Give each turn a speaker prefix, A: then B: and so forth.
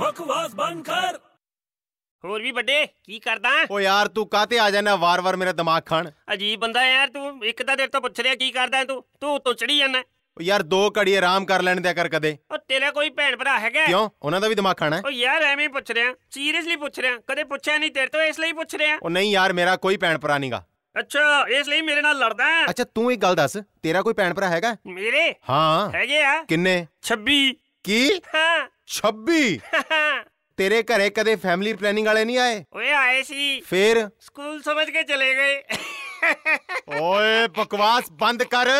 A: ਬਕਵਾਸ ਬੰਦ ਕਰ
B: ਹੋਰ ਵੀ ਵੱਡੇ ਕੀ ਕਰਦਾ
C: ਓ ਯਾਰ ਤੂੰ ਕਾਤੇ ਆ ਜਾਣਾ ਵਾਰ-ਵਾਰ ਮੇਰਾ ਦਿਮਾਗ ਖਾਣ
B: ਅਜੀਬ ਬੰਦਾ ਯਾਰ ਤੂੰ ਇੱਕ ਤਾਂ ਤੇਰੇ ਤੋਂ ਪੁੱਛ ਰਿਹਾ ਕੀ ਕਰਦਾ ਤੂੰ ਤੂੰ ਉੱਤੋਂ ਚੜੀ ਜਾਂਦਾ
C: ਓ ਯਾਰ ਦੋ ਘੜੀ ਆਰਾਮ ਕਰ ਲੈਣ ਦਿਆ ਕਰ ਕਦੇ
B: ਉਹ ਤੇਰਾ ਕੋਈ ਭੈਣ ਭਰਾ ਹੈਗਾ
C: ਕਿਉਂ ਉਹਨਾਂ ਦਾ ਵੀ ਦਿਮਾਗ ਖਾਣਾ ਹੈ?
B: ਉਹ ਯਾਰ ਐਵੇਂ ਹੀ ਪੁੱਛ ਰਿਹਾ ਸੀਰੀਅਸਲੀ ਪੁੱਛ ਰਿਹਾ ਕਦੇ ਪੁੱਛਿਆ ਨਹੀਂ ਤੇਰੇ ਤੋਂ ਇਸ ਲਈ ਪੁੱਛ ਰਿਹਾ
C: ਓ ਨਹੀਂ ਯਾਰ ਮੇਰਾ ਕੋਈ ਭੈਣ ਭਰਾ ਨਹੀਂਗਾ
B: ਅੱਛਾ ਇਸ ਲਈ ਮੇਰੇ ਨਾਲ ਲੜਦਾ ਹੈ?
C: ਅੱਛਾ ਤੂੰ ਇੱਕ ਗੱਲ ਦੱਸ ਤੇਰਾ ਕੋਈ ਭੈਣ ਭਰਾ ਹੈਗਾ
B: ਮੇਰੇ
C: ਹਾਂ
B: ਹੈਗੇ ਆ
C: ਕਿੰਨੇ
B: 26
C: ਕੀ
B: ਹਾਂ
C: 26 ਤੇਰੇ ਘਰੇ ਕਦੇ ਫੈਮਿਲੀ ਪਲੈਨਿੰਗ ਵਾਲੇ ਨਹੀਂ ਆਏ
B: ਓਏ ਆਏ ਸੀ
C: ਫੇਰ
B: ਸਕੂਲ ਸਮਝ ਕੇ ਚਲੇ ਗਏ
C: ਓਏ ਬਕਵਾਸ ਬੰਦ ਕਰ